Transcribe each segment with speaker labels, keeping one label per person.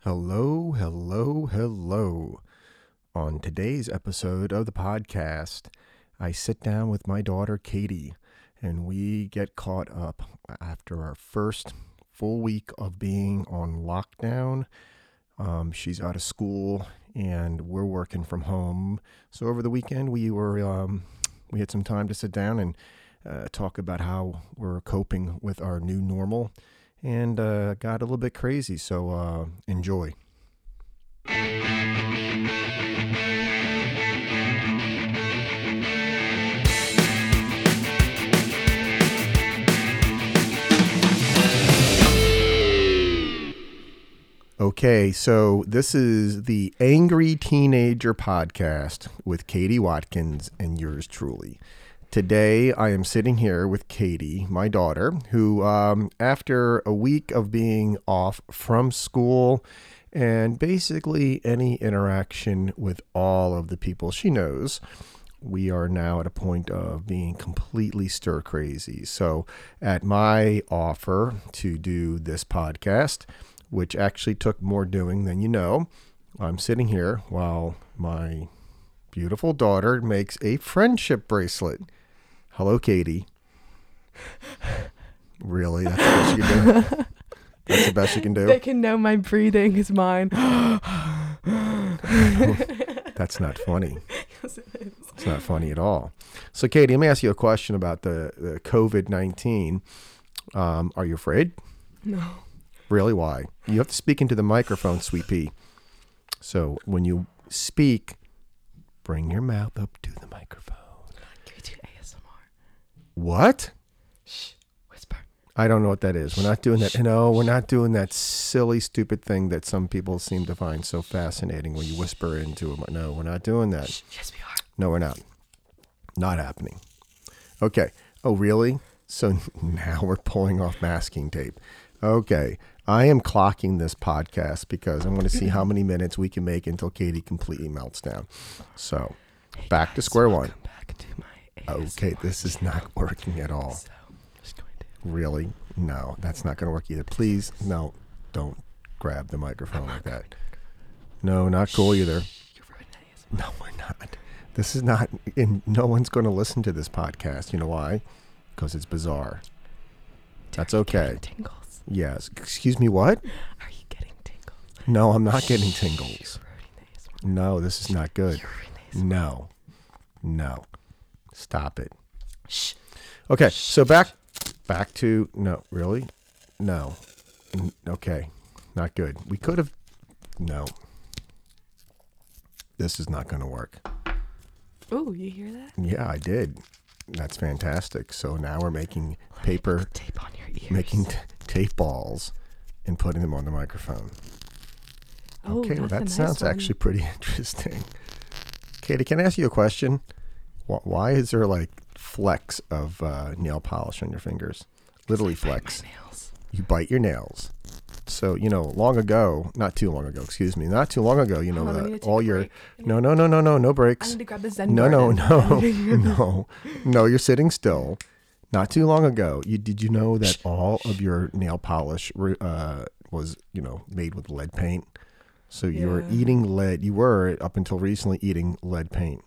Speaker 1: Hello, hello, hello. On today's episode of the podcast, I sit down with my daughter Katie and we get caught up after our first full week of being on lockdown. Um, she's out of school and we're working from home. So over the weekend, we were um, we had some time to sit down and uh, talk about how we're coping with our new normal, and uh, got a little bit crazy. So uh, enjoy. Okay, so this is the Angry Teenager podcast with Katie Watkins and yours truly. Today, I am sitting here with Katie, my daughter, who, um, after a week of being off from school and basically any interaction with all of the people she knows, we are now at a point of being completely stir crazy. So, at my offer to do this podcast, which actually took more doing than you know, I'm sitting here while my beautiful daughter makes a friendship bracelet. Hello, Katie. Really? That's the best you can do? That's the best you can
Speaker 2: They
Speaker 1: do?
Speaker 2: can know my breathing is mine.
Speaker 1: That's not funny. It's not funny at all. So, Katie, let me ask you a question about the, the COVID 19. Um, are you afraid?
Speaker 2: no.
Speaker 1: Really? Why? You have to speak into the microphone, sweet pea. So when you speak, bring your mouth up to the microphone.
Speaker 2: Can we do ASMR?
Speaker 1: What?
Speaker 2: Shh. Whisper.
Speaker 1: I don't know what that is. We're not doing that. No, we're not doing that silly, stupid thing that some people seem to find so fascinating when you whisper into a mi- No, we're not doing that.
Speaker 2: Shh. Yes, we are.
Speaker 1: No, we're not. Not happening. Okay. Oh, really? So now we're pulling off masking tape. Okay. I am clocking this podcast because I'm going to see how many minutes we can make until Katie completely melts down. So
Speaker 2: Hey,
Speaker 1: back to
Speaker 2: guys,
Speaker 1: square one.
Speaker 2: welcome Back to my ASMR.
Speaker 1: Okay. This is not working at all.
Speaker 2: So, I'm just going to.
Speaker 1: Really? No, that's not going to work either. Please, no, don't grab the microphone like that. No, not cool either.
Speaker 2: You're ruining ASMR.
Speaker 1: No, we're not. This is not, and no one's going to listen to this podcast. You know why? Because it's bizarre. That's
Speaker 2: Are you getting
Speaker 1: okay.
Speaker 2: Tingles.
Speaker 1: Yes. Excuse me, what?
Speaker 2: Are you getting tingles?
Speaker 1: No, I'm not getting
Speaker 2: Shh,
Speaker 1: tingles.
Speaker 2: You're ruining the ASMR.
Speaker 1: No, this is not good.
Speaker 2: You're ruining the ASMR.
Speaker 1: No, no. Stop it.
Speaker 2: Shh.
Speaker 1: Okay, so back, back to, no, really? No. N- Okay, not good. We could have, no. This is not going to work.
Speaker 2: Ooh, you hear that?
Speaker 1: Yeah, I did. That's fantastic. So now we're making
Speaker 2: Let me
Speaker 1: paper,
Speaker 2: put the tape on your ears.
Speaker 1: making t- tape balls, and putting them on the microphone.
Speaker 2: Oh,
Speaker 1: okay, well,
Speaker 2: that's a
Speaker 1: that
Speaker 2: nice
Speaker 1: sounds
Speaker 2: one.
Speaker 1: actually pretty interesting. Katie, can I ask you a question? Wh- Why is there like flecks of uh, nail polish on your fingers? Literally flecks.
Speaker 2: My nails.
Speaker 1: You bite your nails. So you know, long ago, not too long ago, excuse me, not too long ago, you know,
Speaker 2: Hold on, I
Speaker 1: the-
Speaker 2: need to take
Speaker 1: all
Speaker 2: a
Speaker 1: your
Speaker 2: break. I need-
Speaker 1: no, no, no, no, no, no
Speaker 2: I
Speaker 1: breaks.
Speaker 2: need to grab the Zen
Speaker 1: No, no,
Speaker 2: garden.
Speaker 1: no, no, no. You're sitting still. Not too long ago, you did you know that all of your nail polish were, uh, was you know made with lead paint? So you were
Speaker 2: Yeah.
Speaker 1: eating lead. You were up until recently eating lead paint.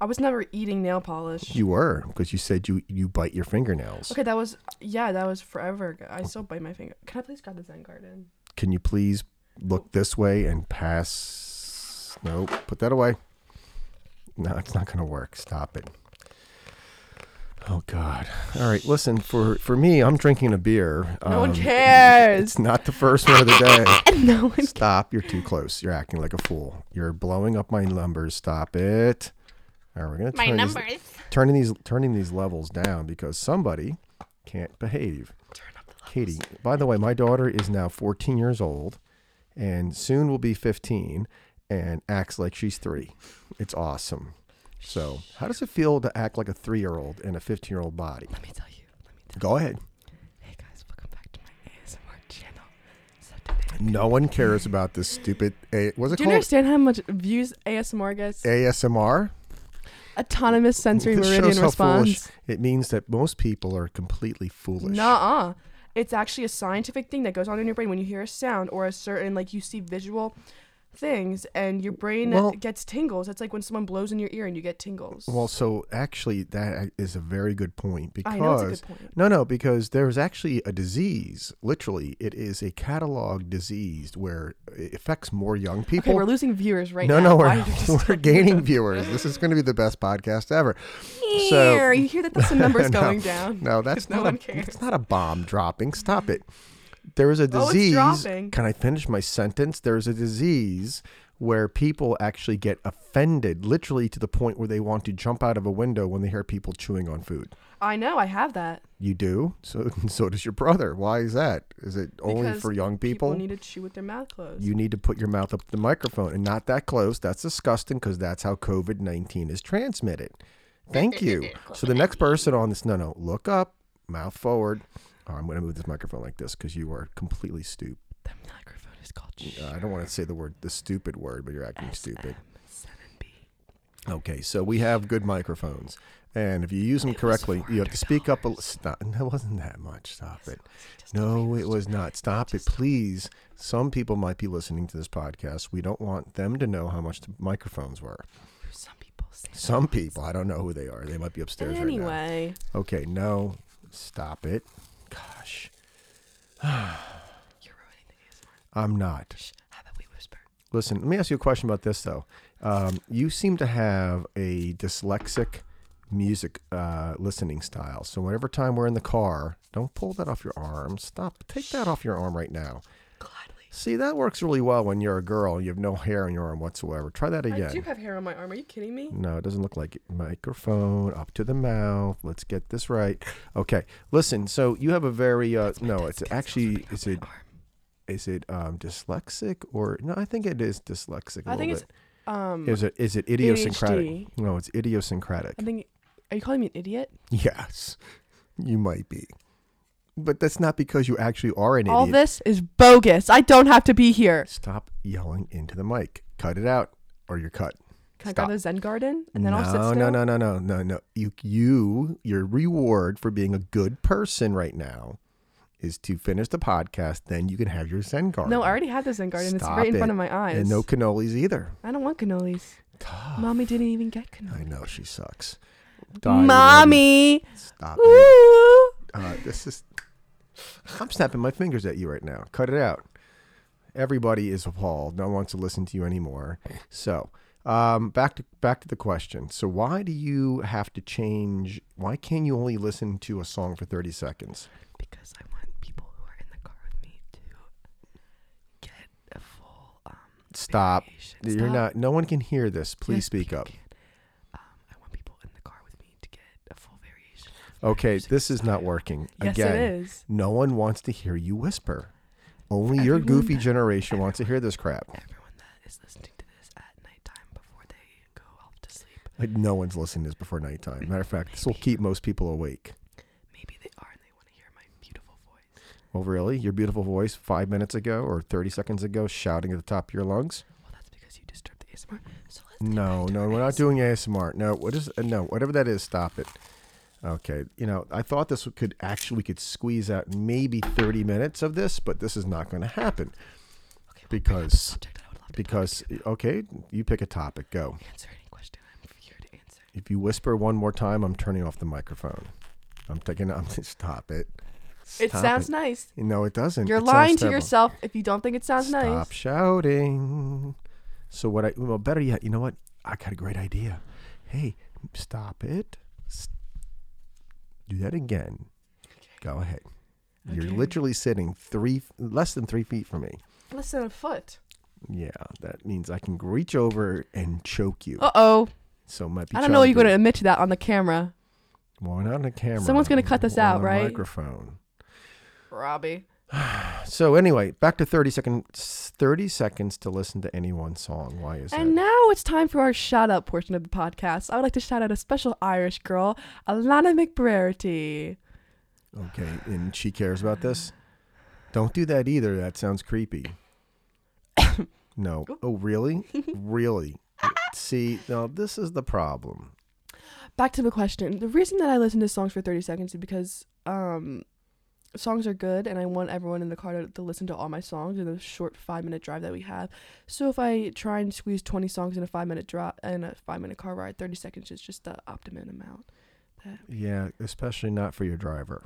Speaker 2: I was never eating nail polish.
Speaker 1: You were because you said you you bite your fingernails.
Speaker 2: Okay, that was yeah, that was forever ago. I still bite my finger. Can I please grab the Zen Garden?
Speaker 1: Can you please look this way and pass? Nope. Put that away. No, it's not going to work. Stop it. Oh God! All right, listen. For for me, I'm drinking a beer.
Speaker 2: No one
Speaker 1: Um,
Speaker 2: cares.
Speaker 1: It's not the first one of the
Speaker 2: no one.
Speaker 1: day. Stop. You're too close. You're acting like a fool. You're blowing up my numbers. Stop it. All right, we're gonna turn these- turning these turning these levels down because somebody can't behave.
Speaker 2: Turn up the light.
Speaker 1: Katie, by the way, my daughter is now 14 years old and soon will be 15 and acts like she's three. It's awesome. So, how does it feel to act like a three year old in a 15 year old body?
Speaker 2: Let me tell you. Let me tell.
Speaker 1: Go ahead.
Speaker 2: You. Hey guys, welcome back to my ASMR channel. So today,
Speaker 1: No one cares about this stupid. A- was it
Speaker 2: do you
Speaker 1: called
Speaker 2: understand how much views ASMR gets?
Speaker 1: ASMR?
Speaker 2: Autonomous sensory
Speaker 1: This
Speaker 2: meridian
Speaker 1: shows how foolish-
Speaker 2: response.
Speaker 1: It means that most people are completely foolish.
Speaker 2: Nuh-uh. it's actually a scientific thing that goes on in your brain when you hear a sound or a certain like you see visual things and your brain
Speaker 1: Well-
Speaker 2: gets tingles. It's like when someone blows in your ear and you get tingles.
Speaker 1: Well, so actually, that is a very good point because
Speaker 2: I know it's a good point.
Speaker 1: no, no, because there is actually a disease. Literally, it is a catalog disease where it affects more young people.
Speaker 2: Okay, we're losing viewers right
Speaker 1: no,
Speaker 2: now.
Speaker 1: no,
Speaker 2: Why
Speaker 1: we're,
Speaker 2: are you just
Speaker 1: we're
Speaker 2: talking
Speaker 1: gaining
Speaker 2: about-
Speaker 1: viewers. This is going to be the best podcast ever.
Speaker 2: Ear, you hear that? That's the numbers
Speaker 1: No,
Speaker 2: going down.
Speaker 1: No, that's
Speaker 2: No
Speaker 1: not
Speaker 2: one
Speaker 1: a,
Speaker 2: cares.
Speaker 1: It's not a bomb dropping. Stop it. There is a
Speaker 2: Oh, it's
Speaker 1: disease.
Speaker 2: dropping.
Speaker 1: Can I finish my sentence? There is a disease where people actually get offended, literally to the point where they want to jump out of a window when they hear people chewing on food.
Speaker 2: I know. I have that.
Speaker 1: You do. So so does your brother. Why is that? Is it only
Speaker 2: Because
Speaker 1: for young
Speaker 2: People
Speaker 1: people?
Speaker 2: need to chew with their mouth closed.
Speaker 1: you need to put your mouth up to the microphone and not that close. That's disgusting because that's how COVID 19 is transmitted. Thank you. so the next person on this, no, no, look up, mouth forward. Oh, I'm going to move this microphone like this because you are completely stupid.
Speaker 2: the microphone is called
Speaker 1: Uh, I don't want to say the word, the stupid word, but you're acting stupid.
Speaker 2: SM7B.
Speaker 1: Okay, so we have good microphones. And if you use them correctly, you have to speak up a little. Stop. No, it wasn't that much. Stop it. No, it was not. Stop it, please. Some people might be listening to this podcast. We don't want them to know how much the microphones were.
Speaker 2: Some people say.
Speaker 1: Some people, I don't know who they are. They might be upstairs right
Speaker 2: Anyway,
Speaker 1: now. Okay, no, stop it. Gosh,
Speaker 2: you're ruining the ASMR.
Speaker 1: I'm not.
Speaker 2: Shh, how about we whisper?
Speaker 1: Listen, let me ask you a question about this though. Um, you seem to have a dyslexic music uh, listening style. So whenever time we're in the car, don't pull that off your arm. Stop. Take that off your arm right now.
Speaker 2: Gladly.
Speaker 1: See, that works really well when you're a girl and you have no hair on your arm whatsoever. Try that
Speaker 2: I do
Speaker 1: again.
Speaker 2: have hair on my arm. Are you kidding me?
Speaker 1: No, it doesn't look like it. Microphone up to the mouth. Let's get this right. Okay, listen. So you have a very uh, no. It's actually is it is it um, dyslexic or no? I think it is dyslexic. I
Speaker 2: I think it's um.
Speaker 1: is it is it idiosyncratic?
Speaker 2: ADHD.
Speaker 1: No, it's idiosyncratic.
Speaker 2: I think. Are you calling me an idiot?
Speaker 1: Yes, you might be, but that's not because you actually are an
Speaker 2: All
Speaker 1: idiot.
Speaker 2: this is bogus. I don't have to be here.
Speaker 1: Stop yelling into the mic. Cut it out, or you're cut.
Speaker 2: Can I
Speaker 1: Stop.
Speaker 2: grab the Zen garden and then
Speaker 1: no,
Speaker 2: I'll sit still?
Speaker 1: no, no, no, no, no, no. You, you, your reward for being a good person right now is to finish the podcast. Then you can have your Zen garden.
Speaker 2: No, I already had the Zen garden. it's
Speaker 1: Stop
Speaker 2: right in front
Speaker 1: it.
Speaker 2: of my eyes.
Speaker 1: and no cannolis either.
Speaker 2: I don't want cannolis.
Speaker 1: Tough.
Speaker 2: Mommy didn't even get cannolis.
Speaker 1: I know she sucks. Die,
Speaker 2: Mommy.
Speaker 1: lady. stop it.
Speaker 2: Woo.
Speaker 1: Uh, this is. I'm snapping my fingers at you right now. Cut it out. Everybody is appalled. No one wants to listen to you anymore. So, um, back to back to the question. So, why do you have to change? Why can you only listen to a song for 30 seconds?
Speaker 2: Because I want people who are in the car with me to get a full um,
Speaker 1: Stop.
Speaker 2: variation.
Speaker 1: You're
Speaker 2: Stop.
Speaker 1: not. No one can hear this. Please
Speaker 2: Yes,
Speaker 1: speak
Speaker 2: you
Speaker 1: up.
Speaker 2: can. Um, I want people in the car with me to get a full variation. of my
Speaker 1: Okay,
Speaker 2: music
Speaker 1: this is not
Speaker 2: style.
Speaker 1: working.
Speaker 2: Yes,
Speaker 1: Again,
Speaker 2: it is.
Speaker 1: no one wants to hear you whisper. Only your
Speaker 2: Everyone
Speaker 1: goofy
Speaker 2: that-
Speaker 1: generation wants to hear this crap.
Speaker 2: Everyone that is listening to this at nighttime before they go off to sleep,
Speaker 1: Like, no one's listening to this before nighttime.
Speaker 2: Mm-hmm.
Speaker 1: Matter of fact, this will keep most people awake.
Speaker 2: maybe they are and they want to hear my beautiful voice.
Speaker 1: Well, Oh, really? Your beautiful voice five minutes ago or 30 seconds ago shouting at the top of your lungs?
Speaker 2: Well, that's because you disturbed the ASMR. So let's. get
Speaker 1: No,
Speaker 2: back to
Speaker 1: no,
Speaker 2: our
Speaker 1: we're not
Speaker 2: ASMR.
Speaker 1: doing ASMR. No, what is, uh, no, whatever that is, stop it. Okay. You know, I thought this could actually, we could squeeze out maybe 30 minutes of this, but this is not going to happen
Speaker 2: Okay, well,
Speaker 1: because,
Speaker 2: subject that I would love to
Speaker 1: because, uh, okay, you pick a topic, go.
Speaker 2: answer any question. I'm here to answer.
Speaker 1: If you whisper one more time, I'm turning off the microphone. I'm taking, I'm, stop it.
Speaker 2: It
Speaker 1: Stop
Speaker 2: sounds nice.
Speaker 1: No, it doesn't.
Speaker 2: You're
Speaker 1: It sounds
Speaker 2: lying to
Speaker 1: terrible.
Speaker 2: yourself if you don't think it sounds
Speaker 1: Stop
Speaker 2: nice.
Speaker 1: shouting. So what I well better yet, you know what? I got a great idea. Hey, stop it. S- Do that again. Go ahead. You're
Speaker 2: Okay.
Speaker 1: literally sitting three less than three feet from me.
Speaker 2: Less than a foot.
Speaker 1: Yeah, that means I can reach over and choke you.
Speaker 2: Uh oh.
Speaker 1: So it might be.
Speaker 2: I don't know you're going to
Speaker 1: challenging.
Speaker 2: admit to that on the camera,
Speaker 1: Well, not on a camera.
Speaker 2: Someone's gonna cut this
Speaker 1: on
Speaker 2: out,
Speaker 1: a
Speaker 2: right?
Speaker 1: Microphone.
Speaker 2: Robbie.
Speaker 1: So anyway, back to thirty seconds. Thirty seconds to listen to any one song. Why is
Speaker 2: And
Speaker 1: that?
Speaker 2: now it's time for our shout out portion of the podcast. I would like to shout out a special Irish girl, Alana McBrarity.
Speaker 1: Okay, and she cares about this? Don't do that either. That sounds creepy. no. Oh, really? Really? See, now this is the problem.
Speaker 2: Back to the question. The reason that I listen to songs for 30 seconds is because um songs are good, and I want everyone in the car to, to listen to all my songs in the short five minute drive that we have. So if I try and squeeze twenty songs in a five minute drive in a five minute car ride, thirty seconds is just the optimum amount. That
Speaker 1: Yeah, especially not for your driver.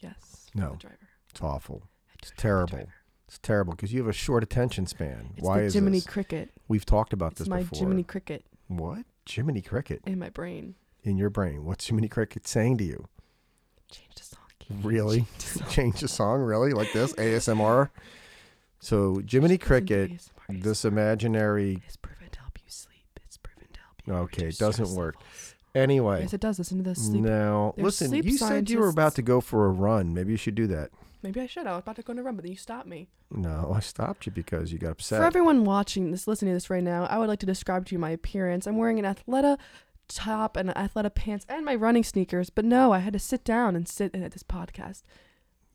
Speaker 2: yes,
Speaker 1: No.
Speaker 2: the driver.
Speaker 1: It's awful.
Speaker 2: I just
Speaker 1: It's
Speaker 2: hate the
Speaker 1: terrible.
Speaker 2: driver.
Speaker 1: It's terrible because you have a short attention span.
Speaker 2: It's
Speaker 1: Why
Speaker 2: the
Speaker 1: is
Speaker 2: Jiminy
Speaker 1: this?
Speaker 2: Cricket.
Speaker 1: We've talked about
Speaker 2: It's
Speaker 1: this
Speaker 2: my
Speaker 1: before.
Speaker 2: Jiminy Cricket
Speaker 1: What? Jiminy Cricket
Speaker 2: in my brain.
Speaker 1: in your brain. What's Jiminy Cricket saying to you?
Speaker 2: Change the song.
Speaker 1: Really?
Speaker 2: Change the song.
Speaker 1: Change the song, really? Like this? ASMR? So, Jiminy Cricket, this imaginary.
Speaker 2: It's proven to help you sleep. It's proven to help
Speaker 1: you Okay, it reduce doesn't stress work.
Speaker 2: Levels.
Speaker 1: Anyway,
Speaker 2: Yes, it does. Listen to this sleep.
Speaker 1: now,
Speaker 2: There's
Speaker 1: listen,
Speaker 2: sleep
Speaker 1: you said you were about
Speaker 2: scientists.
Speaker 1: to go for a run. Maybe you should do that.
Speaker 2: Maybe I should. I was about to go on a run, but then you stopped me.
Speaker 1: No, I stopped you because you got upset.
Speaker 2: For everyone watching this, listening to this right now, I would like to describe to you my appearance. I'm wearing an Athleta top and Athleta pants and my running sneakers, but no, I had to sit down and sit in at this podcast.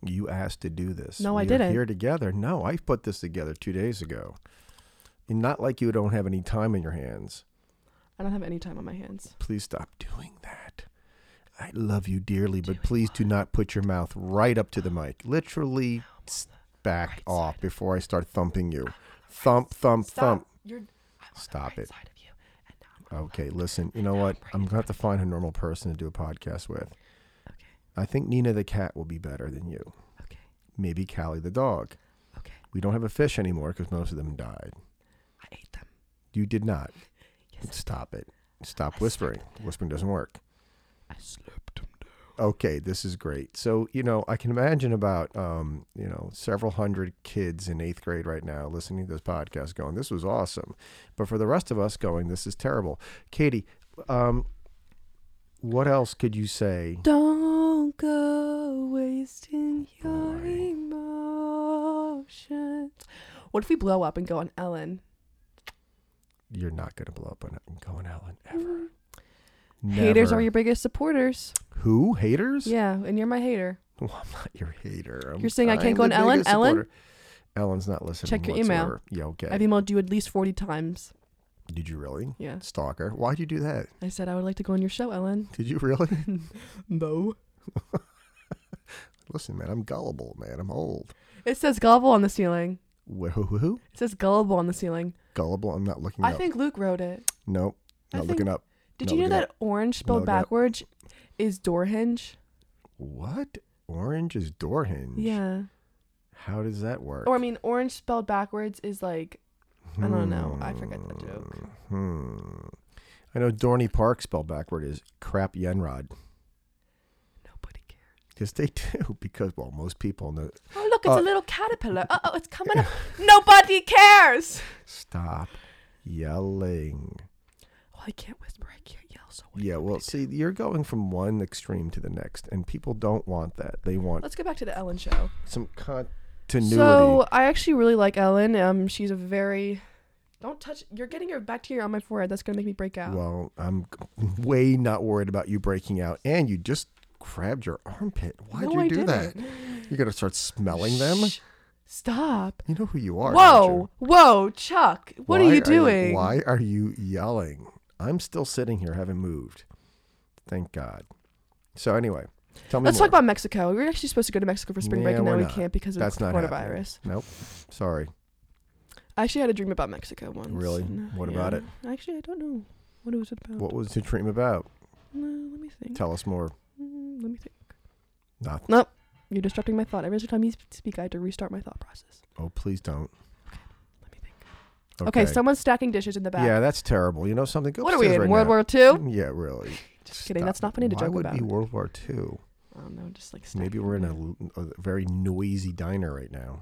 Speaker 1: You asked to do this.
Speaker 2: No,
Speaker 1: we
Speaker 2: I
Speaker 1: are
Speaker 2: didn't.
Speaker 1: Here together. No, I put this together two days ago. And not like you don't have any time in your hands.
Speaker 2: I don't have any time on my hands.
Speaker 1: Please stop doing that. I love you dearly, but please do not put your mouth right up to the mic. Literally, s- back off before I start thumping you. Thump, thump, thump.
Speaker 2: You're
Speaker 1: Stop it. Uh.
Speaker 2: side of you. And now I'm
Speaker 1: Okay, listen. You know what? I'm going to have to find a normal person to do a podcast with. I think Nina the cat will be better than you.
Speaker 2: okay.
Speaker 1: Maybe Callie the dog.
Speaker 2: Okay.
Speaker 1: We don't have a fish anymore because most of them died.
Speaker 2: I ate them.
Speaker 1: You did not.
Speaker 2: Yes.
Speaker 1: Stop it. Stop whispering. Whispering doesn't work.
Speaker 2: I slurped them down.
Speaker 1: Okay, this is great. So, you know, I can imagine about, um, you know, several hundred kids in eighth grade right now listening to this podcast going, this was awesome. But for the rest of us going, this is terrible. Katie, um, what else could you say?
Speaker 2: Don't go wasting your
Speaker 1: Boy.
Speaker 2: emotions. What if we blow up and go on Ellen?
Speaker 1: You're not going to blow up on going Ellen ever.
Speaker 2: Haters are
Speaker 1: Never.
Speaker 2: your biggest supporters.
Speaker 1: who haters?
Speaker 2: Yeah, and you're my hater.
Speaker 1: Well, I'm not your hater. I'm-
Speaker 2: You're saying I can't
Speaker 1: I'm
Speaker 2: go on
Speaker 1: the
Speaker 2: Ellen?
Speaker 1: biggest
Speaker 2: Ellen?
Speaker 1: supporter. Ellen's not listening.
Speaker 2: Check your email.
Speaker 1: whatsoever. Yeah, okay.
Speaker 2: I've emailed you at least 40 times.
Speaker 1: Did you really?
Speaker 2: Yeah.
Speaker 1: Stalker. Why'd you do that?
Speaker 2: I said I would like to go on your show, Ellen.
Speaker 1: Did you really?
Speaker 2: No.
Speaker 1: Listen, man, I'm gullible, man. I'm old.
Speaker 2: It says gullible on the ceiling.
Speaker 1: Wh- Who? who- who?
Speaker 2: It says gullible on the ceiling.
Speaker 1: Gullible? I'm not looking
Speaker 2: I
Speaker 1: up.
Speaker 2: think Luke wrote it.
Speaker 1: nope.
Speaker 2: I
Speaker 1: Not
Speaker 2: think-
Speaker 1: looking up.
Speaker 2: Did
Speaker 1: No,
Speaker 2: you know
Speaker 1: look it
Speaker 2: that orange
Speaker 1: look
Speaker 2: spelled
Speaker 1: it up.
Speaker 2: backwards is door hinge?
Speaker 1: What? Orange is door hinge.
Speaker 2: Yeah.
Speaker 1: How does that work?
Speaker 2: Or I mean, orange spelled backwards is like I don't know. I forgot the joke.
Speaker 1: Hmm. I know Dorney Park spelled backward is crap Yenrod.
Speaker 2: nobody cares.
Speaker 1: Because they do. Because, well, most people know.
Speaker 2: Oh look, it's
Speaker 1: Uh,
Speaker 2: a little caterpillar. Uh oh, it's coming up. Nobody cares.
Speaker 1: Stop yelling.
Speaker 2: Well, Oh, I can't whisper. I can't yell. So what do
Speaker 1: Yeah,
Speaker 2: you want
Speaker 1: well,
Speaker 2: me to
Speaker 1: see, you're going from one extreme to the next, and people don't want that. They
Speaker 2: do?
Speaker 1: want
Speaker 2: let's go back to the Ellen show.
Speaker 1: some continuity.
Speaker 2: So I actually really like Ellen. Um, she's a very don't touch. You're getting your bacteria on my forehead. That's gonna make me break out.
Speaker 1: Well, I'm way not worried about you breaking out, and you just grabbed your armpit. Why'd
Speaker 2: No,
Speaker 1: you
Speaker 2: I
Speaker 1: do that?
Speaker 2: didn't.
Speaker 1: You're gonna start smelling them.
Speaker 2: Shh. Stop.
Speaker 1: You know who you are. aren't
Speaker 2: Whoa,
Speaker 1: you?
Speaker 2: whoa, Chuck. What
Speaker 1: Why
Speaker 2: are you doing?
Speaker 1: why are you yelling? I'm still sitting here, haven't moved. Thank God. So anyway, tell me
Speaker 2: Let's
Speaker 1: more.
Speaker 2: talk about Mexico. We were actually supposed to go to Mexico for spring break,
Speaker 1: Yeah,
Speaker 2: and now
Speaker 1: we're
Speaker 2: we
Speaker 1: not.
Speaker 2: can't because of
Speaker 1: That's not happening.
Speaker 2: coronavirus.
Speaker 1: Nope. Sorry.
Speaker 2: I actually had a dream about Mexico once.
Speaker 1: Really?
Speaker 2: and, uh,
Speaker 1: What about it?
Speaker 2: Actually, I don't know what it was about.
Speaker 1: What was the dream about?
Speaker 2: No, let me think.
Speaker 1: Tell us more.
Speaker 2: Mm, let me think.
Speaker 1: Nothing.
Speaker 2: You're disrupting my thought. Every single time you sp- speak, I have to restart my thought process.
Speaker 1: Oh, please don't.
Speaker 2: Let me think. Okay, someone's stacking dishes in the back.
Speaker 1: yeah, that's terrible. You know something? Go
Speaker 2: what are we in
Speaker 1: upstairs right
Speaker 2: World
Speaker 1: now. Mm.
Speaker 2: War Two?
Speaker 1: Yeah, really.
Speaker 2: Just kidding.
Speaker 1: Stop.
Speaker 2: That's not funny to
Speaker 1: Why
Speaker 2: joke
Speaker 1: would
Speaker 2: about.
Speaker 1: be World War II?
Speaker 2: I don't know. Oh, Just like
Speaker 1: Maybe
Speaker 2: stacking
Speaker 1: we're in
Speaker 2: them.
Speaker 1: a, a very noisy diner right now.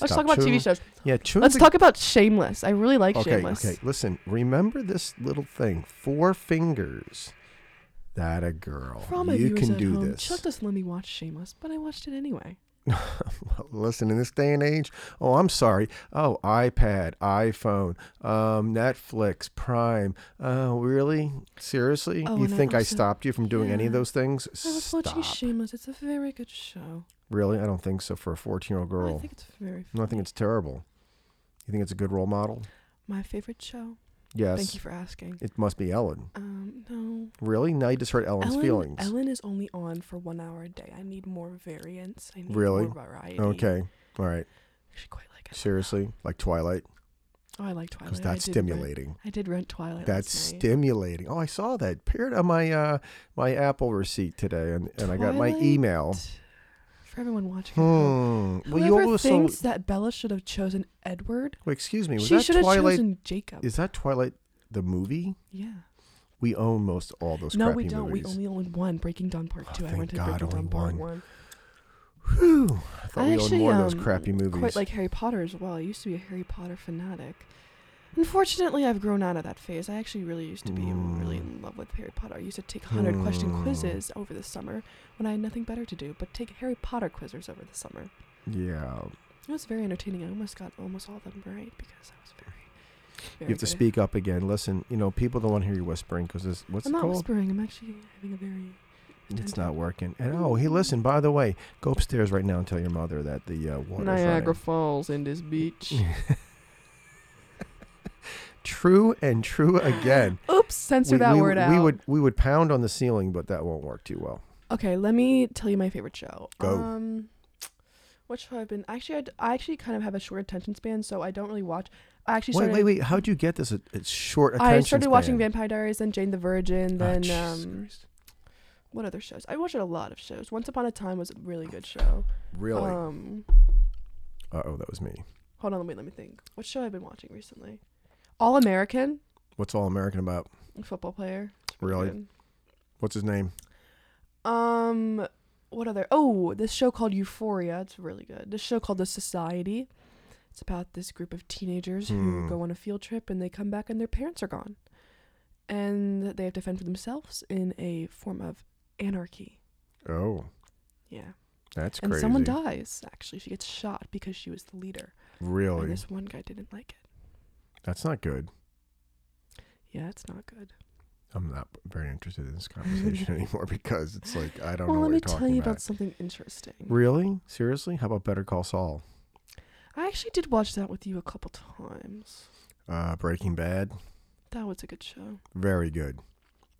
Speaker 2: Let's
Speaker 1: Stop
Speaker 2: talk about TV
Speaker 1: chewing.
Speaker 2: shows.
Speaker 1: Yeah, chewing
Speaker 2: Let's
Speaker 1: the-
Speaker 2: talk about Shameless. I really like
Speaker 1: Okay,
Speaker 2: Shameless.
Speaker 1: okay. Listen, remember this little thing: four fingers. That a girl.
Speaker 2: For all my
Speaker 1: you
Speaker 2: viewers
Speaker 1: can
Speaker 2: at
Speaker 1: do
Speaker 2: home,
Speaker 1: this.
Speaker 2: Chuck doesn't let me watch Shameless, but I watched it anyway.
Speaker 1: Listen, in this day and age, oh, I'm sorry. Oh, iPad, iPhone, um, Netflix, Prime. Oh, really? Seriously?
Speaker 2: Oh,
Speaker 1: you
Speaker 2: and I
Speaker 1: think I
Speaker 2: also-
Speaker 1: stopped you from doing any of
Speaker 2: Yeah.
Speaker 1: those things?
Speaker 2: I was
Speaker 1: Stop.
Speaker 2: watching Shameless. It's a very good show.
Speaker 1: Really? I don't think so for a 14 year old girl.
Speaker 2: I think it's very.
Speaker 1: No, I think it's terrible. You think it's a good role model?
Speaker 2: My favorite show
Speaker 1: Yes.
Speaker 2: Thank you for asking.
Speaker 1: It must be Ellen.
Speaker 2: Um, no.
Speaker 1: Really? Now you just hurt Ellen's
Speaker 2: Ellen,
Speaker 1: feelings.
Speaker 2: Ellen is only on for one hour a day. I need more variance. I need
Speaker 1: Really?
Speaker 2: more variety.
Speaker 1: okay. All right.
Speaker 2: She quite like it.
Speaker 1: Seriously? Like Twilight?
Speaker 2: Oh, I like Twilight.
Speaker 1: Because
Speaker 2: I
Speaker 1: that's
Speaker 2: did rent-
Speaker 1: stimulating.
Speaker 2: I did rent Twilight.
Speaker 1: That's
Speaker 2: last night.
Speaker 1: stimulating. Oh, I saw that. Appeared on my uh, my Apple receipt today, and, and I got my
Speaker 2: Twilight?
Speaker 1: email.
Speaker 2: For everyone watching. at home.
Speaker 1: Hmm. Well, you
Speaker 2: Whoever
Speaker 1: also
Speaker 2: thinks that Bella should have chosen Edward,
Speaker 1: well, excuse me. Was
Speaker 2: she
Speaker 1: that
Speaker 2: should have
Speaker 1: Twilight?
Speaker 2: chosen Jacob.
Speaker 1: Is that Twilight the movie?
Speaker 2: yeah.
Speaker 1: We own most all those.
Speaker 2: No,
Speaker 1: crappy
Speaker 2: we don't.
Speaker 1: Movies.
Speaker 2: We only own one. Breaking Dawn Part
Speaker 1: Oh,
Speaker 2: Two. I
Speaker 1: thank
Speaker 2: rented
Speaker 1: God,
Speaker 2: Breaking Dawn
Speaker 1: only
Speaker 2: Part
Speaker 1: one.
Speaker 2: One.
Speaker 1: Whew. I thought
Speaker 2: I
Speaker 1: we
Speaker 2: actually,
Speaker 1: owned more of those
Speaker 2: um,
Speaker 1: crappy movies.
Speaker 2: Quite like Harry Potter as well. I used to be a Harry Potter fanatic. Unfortunately, I've grown out of that phase. I actually really used to be
Speaker 1: Mm.
Speaker 2: really in love with Harry Potter. I used to take 100 question
Speaker 1: Mm.
Speaker 2: quizzes over the summer when I had nothing better to do but take Harry Potter quizzes over the summer.
Speaker 1: yeah.
Speaker 2: It was very entertaining. I almost got almost all of them right because I was very, very
Speaker 1: You have to
Speaker 2: good at-
Speaker 1: speak up again. Listen, you know, people don't want to hear you whispering because this what's it
Speaker 2: I'm not
Speaker 1: called?
Speaker 2: whispering. I'm actually having a very.
Speaker 1: It's
Speaker 2: attentive-
Speaker 1: not working. And oh,
Speaker 2: Mm.
Speaker 1: hey, listen. By the way, go upstairs right now and tell your mother that the uh, water's running.
Speaker 2: Falls in this beach.
Speaker 1: True and true again.
Speaker 2: Oops, censor that
Speaker 1: we,
Speaker 2: word
Speaker 1: we
Speaker 2: out.
Speaker 1: would we would pound on the ceiling, but that won't work too well.
Speaker 2: Okay, let me tell you my favorite show.
Speaker 1: Go.
Speaker 2: Um, what show I've been actually I, d- I actually kind of have a short attention span, so I don't really watch. I actually
Speaker 1: Wait,
Speaker 2: started.
Speaker 1: wait, wait. How'd you get this? It- It's short attention.
Speaker 2: I started watching
Speaker 1: span.
Speaker 2: Vampire Diaries, then Jane the Virgin,
Speaker 1: Ah,
Speaker 2: then
Speaker 1: Jesus
Speaker 2: um,
Speaker 1: Christ.
Speaker 2: what other shows? I watched a lot of shows. Once Upon a Time was a really good show.
Speaker 1: Really?
Speaker 2: Um,
Speaker 1: uh oh, that was me.
Speaker 2: hold on, wait, let me think. What show I've been watching recently? All American
Speaker 1: What's all American about?
Speaker 2: football player. It's pretty
Speaker 1: Really? What's his name?
Speaker 2: good. Um, what other? Oh, this show called Euphoria. It's really good. This show called The Society. It's about this group of teenagers
Speaker 1: Hmm.
Speaker 2: who go on a field trip and they come back and their parents are gone, and they have to fend for themselves in a form of anarchy.
Speaker 1: Oh,
Speaker 2: Yeah,
Speaker 1: that's
Speaker 2: and
Speaker 1: crazy.
Speaker 2: someone dies. Actually, she gets shot because she was the leader, and
Speaker 1: Really?
Speaker 2: this one guy didn't like it.
Speaker 1: That's not good.
Speaker 2: Yeah, it's not good.
Speaker 1: I'm not very interested in this conversation anymore because it's like I don't
Speaker 2: Well,
Speaker 1: know
Speaker 2: let
Speaker 1: what
Speaker 2: me
Speaker 1: you're
Speaker 2: tell
Speaker 1: talking
Speaker 2: you about
Speaker 1: about.
Speaker 2: something interesting.
Speaker 1: Really? Seriously? How about Better Call Saul?
Speaker 2: I actually did watch that with you a couple times.
Speaker 1: Uh, Breaking Bad.
Speaker 2: That was a good show.
Speaker 1: Very good.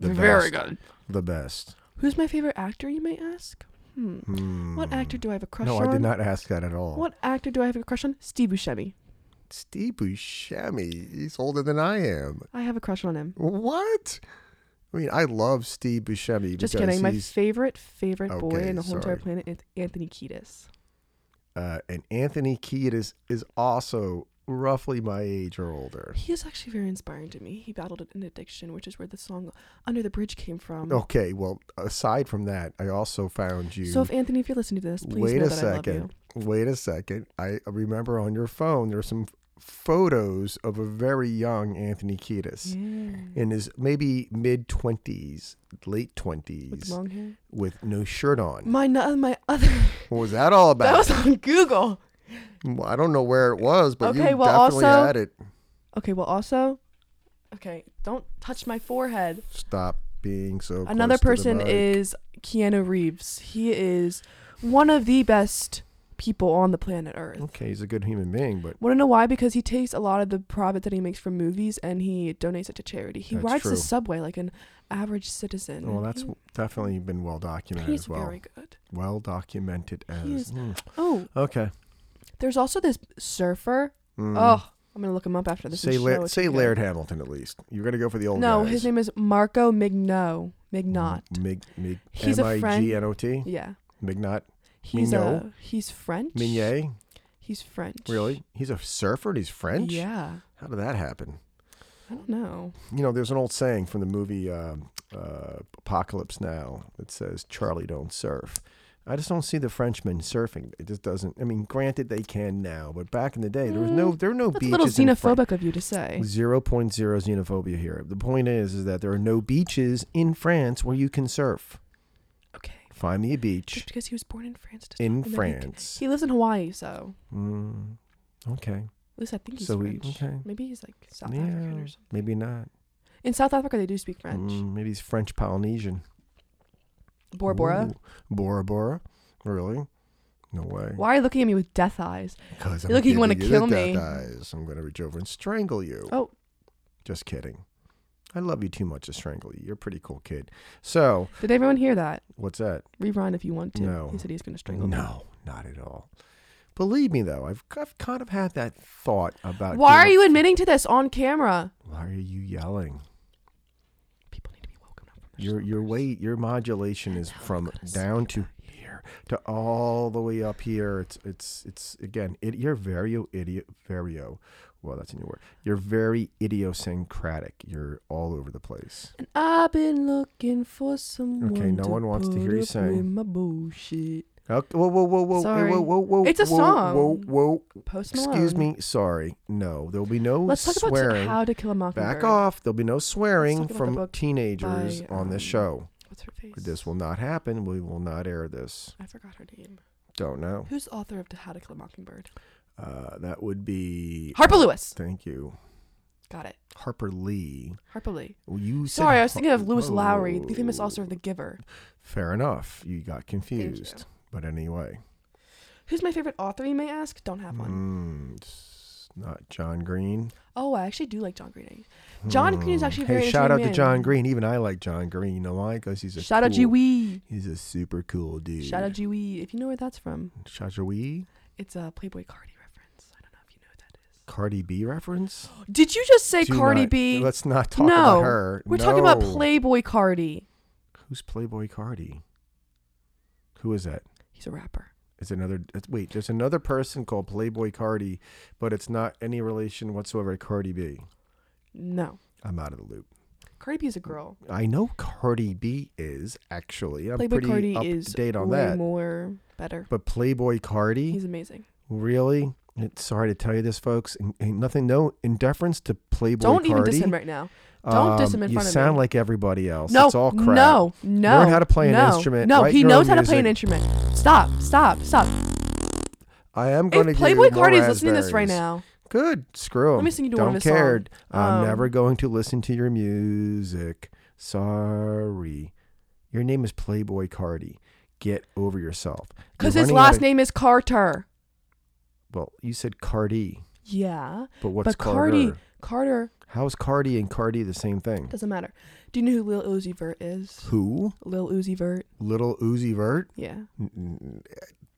Speaker 1: best.
Speaker 2: good.
Speaker 1: The best.
Speaker 2: Who's my favorite actor, you may ask? Hmm. What
Speaker 1: Hmm.
Speaker 2: actor do I have a crush
Speaker 1: No,
Speaker 2: on?
Speaker 1: I did not ask that at all.
Speaker 2: What actor do I have a crush on? Steve Buscemi.
Speaker 1: Steve Buscemi. He's older than I am.
Speaker 2: I have a crush on him.
Speaker 1: What? I mean, I love Steve Buscemi.
Speaker 2: Just
Speaker 1: because
Speaker 2: kidding. My
Speaker 1: he's-
Speaker 2: favorite, favorite boy
Speaker 1: Okay,
Speaker 2: in the whole entire
Speaker 1: sorry.
Speaker 2: planet is Anthony Kiedis.
Speaker 1: uh, and Anthony Kiedis is also roughly my age or older.
Speaker 2: He is actually very inspiring to me. He battled an addiction, which is where the song Under the Bridge came from.
Speaker 1: Okay, well, aside from that, I also found you.
Speaker 2: So if Anthony, if you're listening to this, please
Speaker 1: Wait
Speaker 2: know
Speaker 1: a
Speaker 2: that I love
Speaker 1: second.
Speaker 2: you.
Speaker 1: Wait a second. I remember on your phone there's some photos of a very young Anthony Kiedis
Speaker 2: Yeah.
Speaker 1: in his maybe mid 20s, late 20s,
Speaker 2: With long hair.
Speaker 1: with no shirt on.
Speaker 2: My no- my other
Speaker 1: What was that all
Speaker 2: that
Speaker 1: about?
Speaker 2: was on Google.
Speaker 1: Well, I don't know where it was, but
Speaker 2: Okay,
Speaker 1: you
Speaker 2: well,
Speaker 1: definitely
Speaker 2: also-
Speaker 1: had it.
Speaker 2: Okay, well, also, okay, don't touch my forehead.
Speaker 1: Stop being so. close
Speaker 2: Another
Speaker 1: to the
Speaker 2: person
Speaker 1: mic.
Speaker 2: is Keanu Reeves. He is one of the best people on the planet Earth.
Speaker 1: Okay, he's a good human being, but
Speaker 2: Want to know why? Because he takes a lot of the profit that he makes from movies and he donates it to charity. He
Speaker 1: That's
Speaker 2: rides
Speaker 1: true.
Speaker 2: the subway like an average citizen.
Speaker 1: well,
Speaker 2: and
Speaker 1: that's
Speaker 2: he-
Speaker 1: definitely been well documented
Speaker 2: he's
Speaker 1: as well.
Speaker 2: very good.
Speaker 1: Well documented as.
Speaker 2: is-
Speaker 1: Mm.
Speaker 2: Oh,
Speaker 1: Okay.
Speaker 2: there's also this surfer.
Speaker 1: Mm.
Speaker 2: Oh, I'm gonna look him up after this. and
Speaker 1: say
Speaker 2: show
Speaker 1: La-
Speaker 2: it to
Speaker 1: say
Speaker 2: you guys.
Speaker 1: Laird Hamilton at least. You're gonna go for the old.
Speaker 2: No,
Speaker 1: guys.
Speaker 2: his name is Marco Mignot. Mignot.
Speaker 1: Mig, Mig,
Speaker 2: He's a friend-
Speaker 1: M-I-G-N-O-T?
Speaker 2: Yeah.
Speaker 1: Mignot.
Speaker 2: He's
Speaker 1: Mignot?
Speaker 2: a he's French.
Speaker 1: Mignet.
Speaker 2: He's French.
Speaker 1: Really? He's a surfer and he's French?
Speaker 2: Yeah.
Speaker 1: How did that happen?
Speaker 2: I don't know.
Speaker 1: You know, there's an old saying from the movie um uh, Apocalypse Now that says, Charlie, don't surf. I just don't see the Frenchmen surfing. It just doesn't. I mean, granted, they can now, but back in the day, there was no, there were no
Speaker 2: Mm, That's a
Speaker 1: beaches.
Speaker 2: little
Speaker 1: in Fran-
Speaker 2: xenophobic of you to say.
Speaker 1: 0.0 xenophobia here. The point is, is that there are no beaches in France where you can surf.
Speaker 2: Okay.
Speaker 1: Find me a beach
Speaker 2: Just because he was born in France. does
Speaker 1: in
Speaker 2: not mean that he can-
Speaker 1: France.
Speaker 2: He, lives in Hawaii, so
Speaker 1: Mm, okay.
Speaker 2: at least I think he's
Speaker 1: So we-
Speaker 2: French.
Speaker 1: okay.
Speaker 2: Maybe he's like South
Speaker 1: Yeah,
Speaker 2: African or something.
Speaker 1: Maybe not.
Speaker 2: In South Africa, they do speak French.
Speaker 1: Mm, maybe he's French Polynesian.
Speaker 2: Bora Bora.
Speaker 1: Ooh, Bora Bora. Really? No way.
Speaker 2: Why are you looking at me with death eyes?
Speaker 1: Because
Speaker 2: You're looking- you wanna
Speaker 1: giving
Speaker 2: kill
Speaker 1: the death
Speaker 2: me.
Speaker 1: Eyes. I'm going to reach over and strangle you.
Speaker 2: Oh.
Speaker 1: Just kidding. I love you too much to strangle you. You're a pretty cool kid. So,
Speaker 2: Did everyone hear that?
Speaker 1: what's that?
Speaker 2: Rewind if you want to.
Speaker 1: No.
Speaker 2: He said he's going to strangle me.
Speaker 1: No, not at all. Believe me, though, I've, I've kind of had that thought about.
Speaker 2: Why are
Speaker 1: doing-
Speaker 2: you admitting to this on camera?
Speaker 1: Why are you yelling?
Speaker 2: People need to be woken up from their
Speaker 1: Your your
Speaker 2: slumbers.
Speaker 1: weight, your modulation is from
Speaker 2: gonna
Speaker 1: down to here to all the way up here. It's it's it's again. It, you're very idiot vario. Well, that's a new word. You're very idiosyncratic. You're all over the place.
Speaker 2: And I've been looking for someone.
Speaker 1: no
Speaker 2: to
Speaker 1: one wants to
Speaker 2: put
Speaker 1: hear you
Speaker 2: up
Speaker 1: sing.
Speaker 2: with My bullshit.
Speaker 1: Okay, whoa, whoa, whoa, whoa,
Speaker 2: Sorry.
Speaker 1: whoa, whoa, whoa!
Speaker 2: It's a
Speaker 1: whoa,
Speaker 2: song.
Speaker 1: Whoa, whoa!
Speaker 2: Post Malone.
Speaker 1: Excuse me. Sorry. No, there'll be no
Speaker 2: Let's talk
Speaker 1: swearing.
Speaker 2: about how to kill a mockingbird.
Speaker 1: Back off. There'll be no
Speaker 2: talk
Speaker 1: swearing
Speaker 2: about the
Speaker 1: from
Speaker 2: book
Speaker 1: teenagers
Speaker 2: by,
Speaker 1: on this
Speaker 2: um,
Speaker 1: show.
Speaker 2: What's her face?
Speaker 1: This will not happen. We will not air this.
Speaker 2: I forgot her name.
Speaker 1: Don't know.
Speaker 2: Who's the author of How to Kill a Mockingbird?
Speaker 1: Uh, that would be
Speaker 2: Harper Lewis.
Speaker 1: Thank you,
Speaker 2: Got it.
Speaker 1: Harper Lee.
Speaker 2: Harper Lee.
Speaker 1: Well, You said
Speaker 2: Sorry, I was
Speaker 1: Har-
Speaker 2: thinking of Lewis Lowry, the famous
Speaker 1: Oh.
Speaker 2: author of The Giver.
Speaker 1: Fair enough. You got confused, but anyway,
Speaker 2: Who's my favorite author, you may ask? Don't have one.
Speaker 1: mm, it's not John Green.
Speaker 2: Oh, I actually do like John Green. John Green is
Speaker 1: Hmm.
Speaker 2: actually a very
Speaker 1: Hey, shout out
Speaker 2: entertaining
Speaker 1: to John
Speaker 2: man.
Speaker 1: Green. Even I like John Green. You know why? Because he's a
Speaker 2: Shout out
Speaker 1: cool-
Speaker 2: G Wee.
Speaker 1: He's a super cool dude.
Speaker 2: Shout out G Wee. If you know where that's from,
Speaker 1: Shajawi.
Speaker 2: it's a Playboy Cardi reference. I don't know if you know what that is.
Speaker 1: Cardi B reference.
Speaker 2: Did you just say
Speaker 1: Do
Speaker 2: Cardi
Speaker 1: not-
Speaker 2: B?
Speaker 1: Let's not talk
Speaker 2: No.
Speaker 1: about her.
Speaker 2: We're talking about
Speaker 1: No.
Speaker 2: Playboy Cardi.
Speaker 1: Who's Playboy Cardi? Who is that?
Speaker 2: He's a rapper.
Speaker 1: It's another. It's, wait, there's another person called Playboy Cardi, but it's not any relation whatsoever to Cardi B.
Speaker 2: No.
Speaker 1: I'm out of the loop.
Speaker 2: Cardi B is a girl.
Speaker 1: I know Cardi B is actually. I'm
Speaker 2: Playboy
Speaker 1: pretty
Speaker 2: Cardi
Speaker 1: up
Speaker 2: is
Speaker 1: to date on
Speaker 2: way
Speaker 1: that.
Speaker 2: more better.
Speaker 1: But Playboy Cardi,
Speaker 2: He's amazing.
Speaker 1: really? It's sorry to tell you this, folks. and- and nothing. No, in deference to Playboy
Speaker 2: Don't
Speaker 1: Cardi. um,
Speaker 2: even diss him right now. don't diss him in
Speaker 1: you
Speaker 2: front of
Speaker 1: sound
Speaker 2: me.
Speaker 1: like everybody else.
Speaker 2: No,
Speaker 1: it's all crap.
Speaker 2: no, no.
Speaker 1: Learn how to play an
Speaker 2: no,
Speaker 1: instrument.
Speaker 2: No,
Speaker 1: Write
Speaker 2: he
Speaker 1: your
Speaker 2: knows
Speaker 1: own
Speaker 2: how to play an
Speaker 1: music.
Speaker 2: instrument. Stop, stop, stop.
Speaker 1: I am going to
Speaker 2: If
Speaker 1: give
Speaker 2: Playboy
Speaker 1: you more
Speaker 2: Cardi is listening to this right
Speaker 1: raspberries.
Speaker 2: now,
Speaker 1: Good. Screw 'em.
Speaker 2: Let me sing you
Speaker 1: Don't
Speaker 2: one of his
Speaker 1: care. I'm
Speaker 2: Um,
Speaker 1: never going to listen to your music. Sorry. Your name is Playboy Cardi. Get over yourself. You're
Speaker 2: because his
Speaker 1: running out
Speaker 2: last
Speaker 1: of-
Speaker 2: name is Carter.
Speaker 1: Well, you said Cardi,
Speaker 2: Yeah,
Speaker 1: but what's
Speaker 2: but Cardi,
Speaker 1: Carter?
Speaker 2: Carter
Speaker 1: How's Cardi and Cardi the same thing?
Speaker 2: doesn't matter. Do you know who Lil Uzi Vert is?
Speaker 1: Who?
Speaker 2: Lil Uzi Vert.
Speaker 1: Little Uzi Vert?
Speaker 2: Yeah,
Speaker 1: N- n-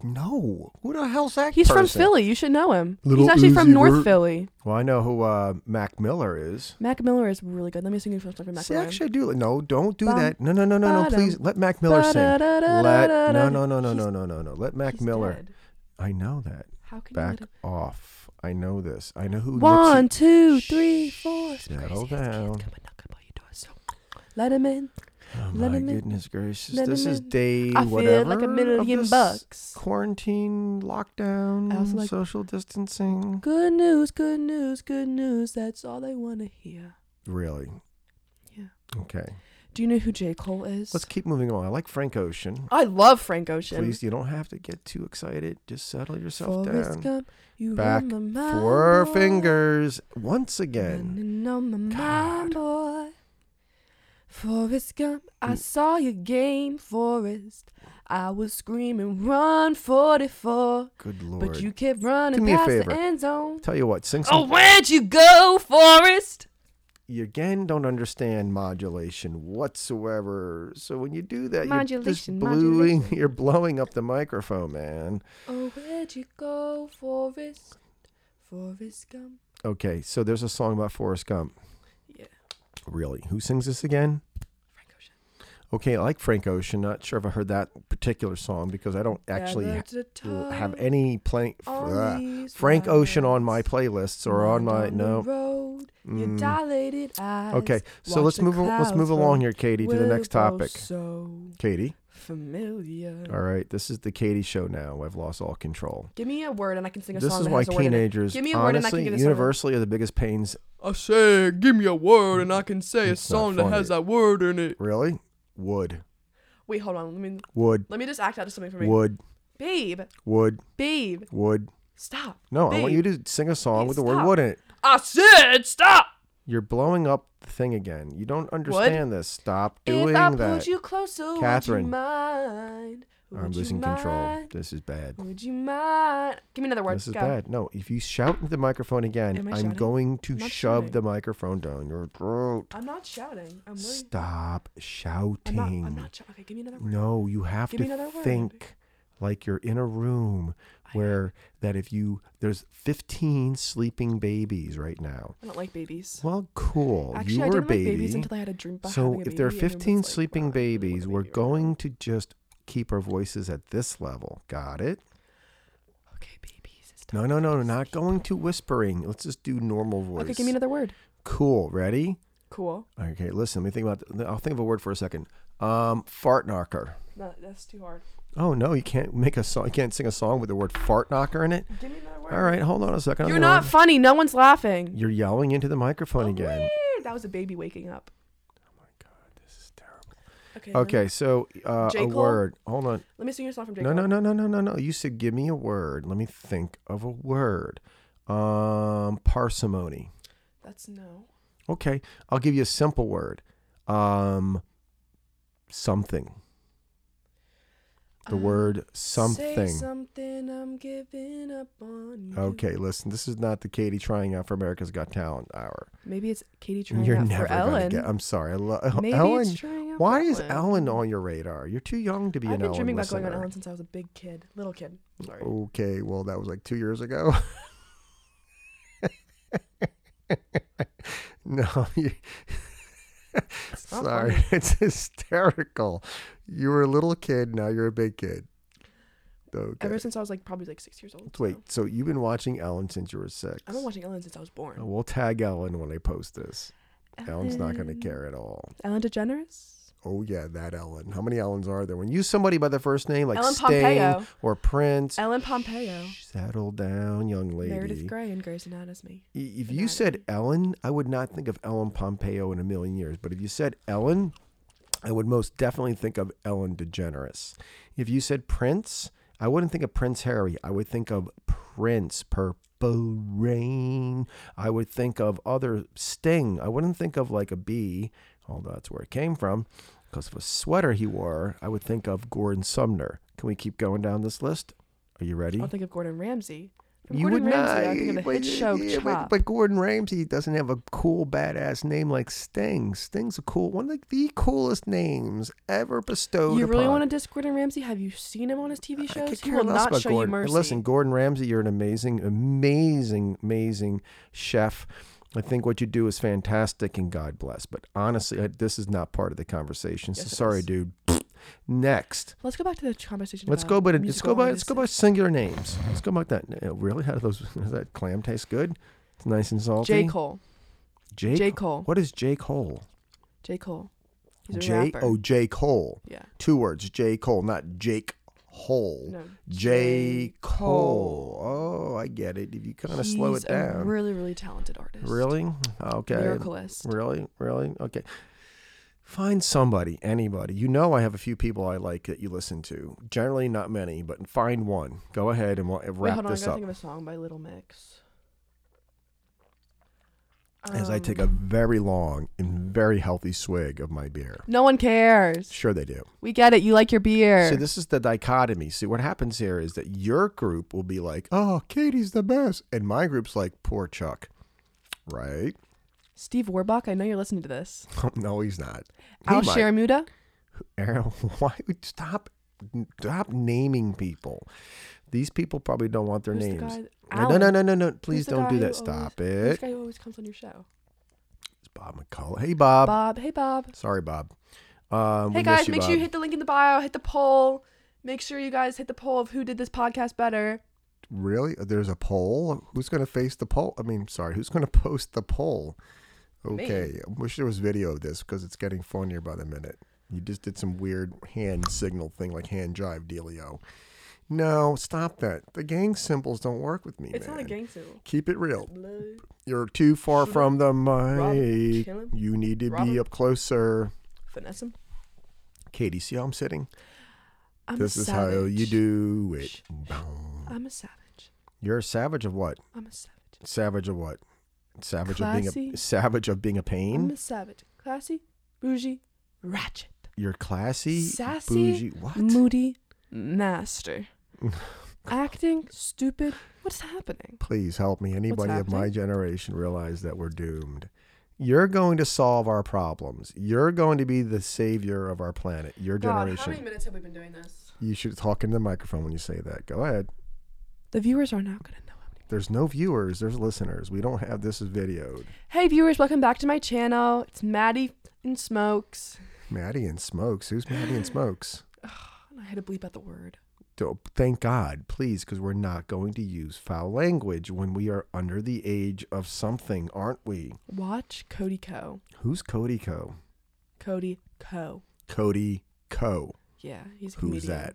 Speaker 1: No. Who the hell's that?
Speaker 2: he's from
Speaker 1: person?
Speaker 2: Philly. You should know him.
Speaker 1: Lil
Speaker 2: he's actually
Speaker 1: Uzi
Speaker 2: from North
Speaker 1: Vert.
Speaker 2: Philly.
Speaker 1: Well, I know who uh, Mac Miller is.
Speaker 2: Mac Miller is really good. Let me sing you something from Mac
Speaker 1: See,
Speaker 2: Miller.
Speaker 1: actually, I do. li- No, don't do
Speaker 2: Bum,
Speaker 1: that. No, no, no, no, no.
Speaker 2: ba-dum,
Speaker 1: Please let Mac Miller sing. Let, no,
Speaker 2: Ba-da-da-da-da-da-da.
Speaker 1: no, no, no,
Speaker 2: He's-
Speaker 1: no, no, no, no. Let Mac
Speaker 2: He's
Speaker 1: Miller.
Speaker 2: dead.
Speaker 1: I know that.
Speaker 2: How can
Speaker 1: Back
Speaker 2: you? let
Speaker 1: off. I know this. I know who.
Speaker 2: him-
Speaker 1: Nipsey-
Speaker 2: One, two, three, four. Some
Speaker 1: Settle
Speaker 2: crazy-ass kids
Speaker 1: down.
Speaker 2: come and knock on your door, so Let him in.
Speaker 1: Oh
Speaker 2: let
Speaker 1: my
Speaker 2: him in.
Speaker 1: goodness gracious!
Speaker 2: Let
Speaker 1: this
Speaker 2: him
Speaker 1: is
Speaker 2: in.
Speaker 1: day
Speaker 2: I feel
Speaker 1: whatever
Speaker 2: like a
Speaker 1: of
Speaker 2: million
Speaker 1: this
Speaker 2: bucks.
Speaker 1: Quarantine,
Speaker 2: I
Speaker 1: lockdown,
Speaker 2: also like-
Speaker 1: social distancing.
Speaker 2: Good news, good news, good news. That's all they want to hear.
Speaker 1: Really?
Speaker 2: Yeah.
Speaker 1: Okay.
Speaker 2: Do you know who J. Cole is?
Speaker 1: Let's keep moving on. I like Frank Ocean.
Speaker 2: I love Frank Ocean.
Speaker 1: Please, you don't have to get too excited. Just settle yourself
Speaker 2: Forrest
Speaker 1: down.
Speaker 2: Gump, you
Speaker 1: Back,
Speaker 2: on my mind,
Speaker 1: Four
Speaker 2: boy.
Speaker 1: fingers once again.
Speaker 2: Running on my mind,
Speaker 1: God.
Speaker 2: boy. Forrest Gump,
Speaker 1: Mm.
Speaker 2: I saw your game, Forrest. I was screaming, run 44.
Speaker 1: Good lord.
Speaker 2: But you kept running
Speaker 1: Do me a
Speaker 2: past
Speaker 1: favor.
Speaker 2: the end zone.
Speaker 1: Tell you what, sing some
Speaker 2: Oh, where'd you go, Forrest?
Speaker 1: you again don't understand modulation whatsoever. So when you do that, you're just
Speaker 2: Modulation,
Speaker 1: blowing, you're blowing up the microphone, man.
Speaker 2: Oh, where'd you go, Forrest? Forrest Gump.
Speaker 1: Okay, so there's a song about Forrest Gump.
Speaker 2: Yeah,
Speaker 1: Really, who sings this again?
Speaker 2: Frank Ocean.
Speaker 1: Okay, I like Frank Ocean. Not sure if I heard that particular song because I don't actually
Speaker 2: There
Speaker 1: ha-
Speaker 2: was a
Speaker 1: l-
Speaker 2: time
Speaker 1: have any play.
Speaker 2: on
Speaker 1: Ugh.
Speaker 2: these
Speaker 1: Frank Ocean on my
Speaker 2: wilds,
Speaker 1: playlists or on
Speaker 2: not
Speaker 1: my
Speaker 2: the
Speaker 1: no.
Speaker 2: road, your
Speaker 1: Mm.
Speaker 2: dilated eyes.
Speaker 1: Okay, so
Speaker 2: watch
Speaker 1: let's
Speaker 2: the
Speaker 1: move. al- Let's
Speaker 2: clouds
Speaker 1: move
Speaker 2: roll
Speaker 1: along here, Katie, to the
Speaker 2: Will
Speaker 1: next
Speaker 2: grow
Speaker 1: topic.
Speaker 2: So
Speaker 1: Katie,
Speaker 2: familiar.
Speaker 1: all right, this is the Katie show now. I've lost all control.
Speaker 2: Give me a word and I can sing a
Speaker 1: This
Speaker 2: song.
Speaker 1: is
Speaker 2: that
Speaker 1: why
Speaker 2: has a word in it.
Speaker 1: teenagers,
Speaker 2: Give me a word and I can
Speaker 1: honestly,
Speaker 2: get a song.
Speaker 1: universally, are the biggest pains.
Speaker 3: I say, give me a word and I can say
Speaker 1: It's
Speaker 3: a
Speaker 1: not
Speaker 3: song that
Speaker 1: funny.
Speaker 3: has that word in it.
Speaker 1: Really, wood,
Speaker 2: Wait, hold on. Let me
Speaker 1: wood,
Speaker 2: let me just act out of something for me.
Speaker 1: wood,
Speaker 2: Babe,
Speaker 1: wood,
Speaker 2: babe,
Speaker 1: wood.
Speaker 2: stop.
Speaker 1: No, I want
Speaker 2: Babe.
Speaker 1: you to sing a song with the word
Speaker 2: Stop.
Speaker 1: wood in it.
Speaker 3: I said, stop!
Speaker 1: You're blowing up the thing again. You don't understand this. Stop doing
Speaker 2: if I
Speaker 1: that.
Speaker 2: pulled you closer, would
Speaker 1: Catherine.
Speaker 2: you mind? Would
Speaker 1: I'm
Speaker 2: you
Speaker 1: losing control.
Speaker 2: mind?
Speaker 1: This is bad.
Speaker 2: Would you mind? Give me another word.
Speaker 1: This is
Speaker 2: Go.
Speaker 1: bad. No, if you shout into the microphone again,
Speaker 2: Am I
Speaker 1: I'm
Speaker 2: shouting?
Speaker 1: going to
Speaker 2: I'm
Speaker 1: shove
Speaker 2: not shouting.
Speaker 1: the microphone down your throat.
Speaker 2: I'm not shouting. I'm really.
Speaker 1: Stop
Speaker 2: I'm
Speaker 1: shouting.
Speaker 2: not. I'm not shouting. Okay, give me another word.
Speaker 1: No, you have
Speaker 2: Give me
Speaker 1: to
Speaker 2: another word.
Speaker 1: think like you're in a room where that if you there's 15 sleeping babies right now.
Speaker 2: I don't like babies.
Speaker 1: Well, cool.
Speaker 2: Actually,
Speaker 1: you
Speaker 2: I
Speaker 1: were
Speaker 2: didn't
Speaker 1: baby.
Speaker 2: like babies until I had a dream about
Speaker 1: so
Speaker 2: having a
Speaker 1: if there are
Speaker 2: baby, and everyone's
Speaker 1: 15
Speaker 2: like,
Speaker 1: sleeping
Speaker 2: "Wow, I really want a
Speaker 1: babies, we're
Speaker 2: baby right now."
Speaker 1: going to just keep our voices at this level. Got it?
Speaker 2: Okay, babies. It's
Speaker 1: No,
Speaker 2: time
Speaker 1: no,
Speaker 2: to go
Speaker 1: no,
Speaker 2: to
Speaker 1: not
Speaker 2: sleep.
Speaker 1: going to whispering. Let's just do normal voice.
Speaker 2: Okay, give me another word.
Speaker 1: Cool. Ready?
Speaker 2: Cool.
Speaker 1: Okay, listen. Let me think about. th- I'll think of a word for a second. Um, fart knocker.
Speaker 2: No, that's too hard.
Speaker 1: Oh no, you can't make a song. You can't sing a song with the word fart knocker in it.
Speaker 2: Give me another word.
Speaker 1: All right, hold on a second. I'm
Speaker 2: You're
Speaker 1: gonna-
Speaker 2: not Oh, funny. No one's laughing.
Speaker 1: You're yelling into the microphone again.
Speaker 2: Weird. That was a baby waking up.
Speaker 1: This is terrible.
Speaker 2: Okay. Let me,
Speaker 1: Okay, so uh, a
Speaker 2: J. Cole?
Speaker 1: word. Hold on.
Speaker 2: let me sing your song from J.
Speaker 1: No,
Speaker 2: Cole.
Speaker 1: no, no, no, no, no, no. You said give me a word. Let me think of a word. Um, parsimony.
Speaker 2: That's no.
Speaker 1: Okay, I'll give you a simple word. Um, something. The
Speaker 2: Um,
Speaker 1: word
Speaker 2: Say
Speaker 1: something. Oh.
Speaker 2: something I'm giving up on you.
Speaker 1: Okay, listen. This is not the Katie trying out for America's Got Talent hour.
Speaker 2: Maybe it's Katie trying
Speaker 1: You're
Speaker 2: out
Speaker 1: never
Speaker 2: for
Speaker 1: gonna
Speaker 2: Ellen.
Speaker 1: get. I'm sorry. I love
Speaker 2: Maybe
Speaker 1: Ellen.
Speaker 2: it's trying out
Speaker 1: Why
Speaker 2: for
Speaker 1: is
Speaker 2: Ellen.
Speaker 1: Ellen on your radar? You're too young to be
Speaker 2: I've
Speaker 1: an
Speaker 2: been
Speaker 1: Ellen
Speaker 2: dreaming about
Speaker 1: listener.
Speaker 2: going on Ellen since I was a big kid, little kid. Sorry.
Speaker 1: Okay, well, that was like two years ago. no, you,
Speaker 2: not
Speaker 1: sorry, it's hysterical. You were a little kid, now you're a big kid. Okay.
Speaker 2: Ever since I was like probably like six years old. so.
Speaker 1: Wait, so you've been watching Ellen since you were 6
Speaker 2: I've been watching Ellen since I was born.
Speaker 1: Oh, We'll tag Ellen when I post this. Ellen's not going to care at all.
Speaker 2: Ellen DeGeneres.
Speaker 1: Oh yeah, that Ellen. How many Ellens are there? When you use somebody by their first name, like
Speaker 2: Ellen
Speaker 1: Stain
Speaker 2: Pompeo.
Speaker 1: or Prince,
Speaker 2: Ellen Pompeo.
Speaker 1: settle down, young lady.
Speaker 2: Meredith Grey and Grey's Anatomy.
Speaker 1: I- If you said Ellen, I would not think of Ellen Pompeo in a million years. But if you said Ellen, I would most definitely think of Ellen DeGeneres. If you said Prince, I wouldn't think of Prince Harry. I would think of Prince Purple Rain. I would think of other Sting. I wouldn't think of like a bee, although that's where it came from, because of a sweater he wore. I would think of Gordon Sumner. Can we keep going down this list? Are you ready?
Speaker 2: I'll think of Gordon Ramsay. From Gordon Ramsay, I think of the hit show
Speaker 1: yeah, but-
Speaker 2: Chop.
Speaker 1: But, Gordon Ramsay doesn't have a cool, badass name like Sting. Sting's a cool one, of like the coolest names ever bestowed.
Speaker 2: you really
Speaker 1: upon.
Speaker 2: want to diss Gordon Ramsay? Have you seen him on his TV
Speaker 1: I
Speaker 2: shows?
Speaker 1: could
Speaker 2: He
Speaker 1: care
Speaker 2: will
Speaker 1: less
Speaker 2: not
Speaker 1: about
Speaker 2: show
Speaker 1: Gordon.
Speaker 2: you mercy.
Speaker 1: Listen, Gordon Ramsay, you're an amazing, amazing, amazing chef. I think what you do is fantastic, and God bless. But honestly, I, this is not part of the conversation. so
Speaker 2: Yes, it
Speaker 1: sorry,
Speaker 2: is.
Speaker 1: dude. Next.
Speaker 2: Let's go back to the conversation.
Speaker 1: Let's
Speaker 2: about
Speaker 1: go, by let's go
Speaker 2: musical
Speaker 1: by let's go by
Speaker 2: artists.
Speaker 1: singular names. Let's go by that. uh, Really, how do those? Does that clam taste good? It's nice and salty.
Speaker 2: J. Cole.
Speaker 1: Jake,
Speaker 2: J. Cole.
Speaker 1: What is J. Cole?
Speaker 2: J. Cole. He's a
Speaker 1: J.
Speaker 2: rapper.
Speaker 1: Oh, J. Cole.
Speaker 2: Yeah.
Speaker 1: Two words. J. Cole, not Jake Hole.
Speaker 2: No.
Speaker 1: J.
Speaker 2: J.
Speaker 1: Cole. Oh, I get it. If you kind of slow
Speaker 2: He's
Speaker 1: it down.
Speaker 2: A really, really talented artist.
Speaker 1: really? Okay.
Speaker 2: Lyricalist.
Speaker 1: Really? Really? Okay. Find somebody, anybody. You know, I have a few people I like that you listen to. Generally, not many, but find one. Go ahead and we'll
Speaker 2: Wait,
Speaker 1: wrap
Speaker 2: hold on. I
Speaker 1: this
Speaker 2: gotta
Speaker 1: up.
Speaker 2: think of a song by Little Mix.
Speaker 1: as I take a
Speaker 2: Um,
Speaker 1: very long and very healthy swig of my beer.
Speaker 2: No one cares.
Speaker 1: Sure, they do.
Speaker 2: We get it. You like your beer.
Speaker 1: See, this is the dichotomy. See, what happens here is that your group will be like, oh, Katie's the best. And my group's like, poor Chuck. Right?
Speaker 2: Steve Warbuck, I know you're listening to this.
Speaker 1: no, he's not. He
Speaker 2: Al
Speaker 1: might.
Speaker 2: Sharamuda.
Speaker 1: Aaron, why would stop stop naming people? These people probably don't want their
Speaker 2: Who's the
Speaker 1: names.
Speaker 2: guy?
Speaker 1: No, no, no,
Speaker 2: Alan.
Speaker 1: no, no, no. Please
Speaker 2: the
Speaker 1: don't
Speaker 2: guy
Speaker 1: do
Speaker 2: who
Speaker 1: that.
Speaker 2: always-
Speaker 1: Stop
Speaker 2: This
Speaker 1: it.
Speaker 2: guy who always comes on your show.
Speaker 1: It's Bob McCullough. Hey, Bob.
Speaker 2: Bob. Hey, Bob.
Speaker 1: Sorry, Bob. Um, we
Speaker 2: Hey
Speaker 1: miss
Speaker 2: guys, make sure you
Speaker 1: Bob.
Speaker 2: hit the link in the bio, hit the poll. Make sure you guys hit the poll of who did this podcast better.
Speaker 1: Really? There's a poll? Who's going to face the poll? I mean, sorry, who's going to post the poll? Okay. I wish there was video of this because it's getting funnier by the minute. You just did some weird hand signal thing like hand jive dealio. No, stop that. The gang symbols don't work with me,
Speaker 2: It's
Speaker 1: man.
Speaker 2: not a gang symbol.
Speaker 1: Keep it real. You're too far from the mic.
Speaker 2: kill him?
Speaker 1: You need to
Speaker 2: Rob
Speaker 1: be
Speaker 2: him?
Speaker 1: up closer.
Speaker 2: Finesse him.
Speaker 1: Katie, see how I'm sitting?
Speaker 2: I'm
Speaker 1: this
Speaker 2: a
Speaker 1: is
Speaker 2: savage.
Speaker 1: how you do it.
Speaker 2: I'm a savage.
Speaker 1: You're a savage of what?
Speaker 2: I'm a savage.
Speaker 1: Savage of what? Savage of being
Speaker 2: Classy.
Speaker 1: a savage of being a
Speaker 2: I'm
Speaker 1: pain.
Speaker 2: a savage. Classy, bougie, ratchet.
Speaker 1: You're classy,
Speaker 2: Sassy,
Speaker 1: bougie. What?
Speaker 2: Moody master. Acting stupid. What's happening?
Speaker 1: Please help me. Anybody of my
Speaker 2: happening?
Speaker 1: generation realize that we're doomed. You're going to solve our problems. You're going to be the savior of our planet. Your generation.
Speaker 2: minutes have we been doing this?
Speaker 1: you should talk into the microphone when you say that. Go ahead.
Speaker 2: The viewers are not gonna know how many.
Speaker 1: There's no viewers. There's listeners. We don't have this is videoed.
Speaker 2: Hey viewers, welcome back to my channel. It's Maddie and Smokes.
Speaker 1: Maddie and Smokes. Who's Maddie and Smokes?
Speaker 2: I had to bleep out the word.
Speaker 1: do thank God, please, because we're not going to use foul language when we are under the age of something, aren't we?
Speaker 2: Watch Cody Co.
Speaker 1: Who's Cody Co?
Speaker 2: Cody Co.
Speaker 1: Cody Co.
Speaker 2: Yeah, he's a comedian.
Speaker 1: Who's that?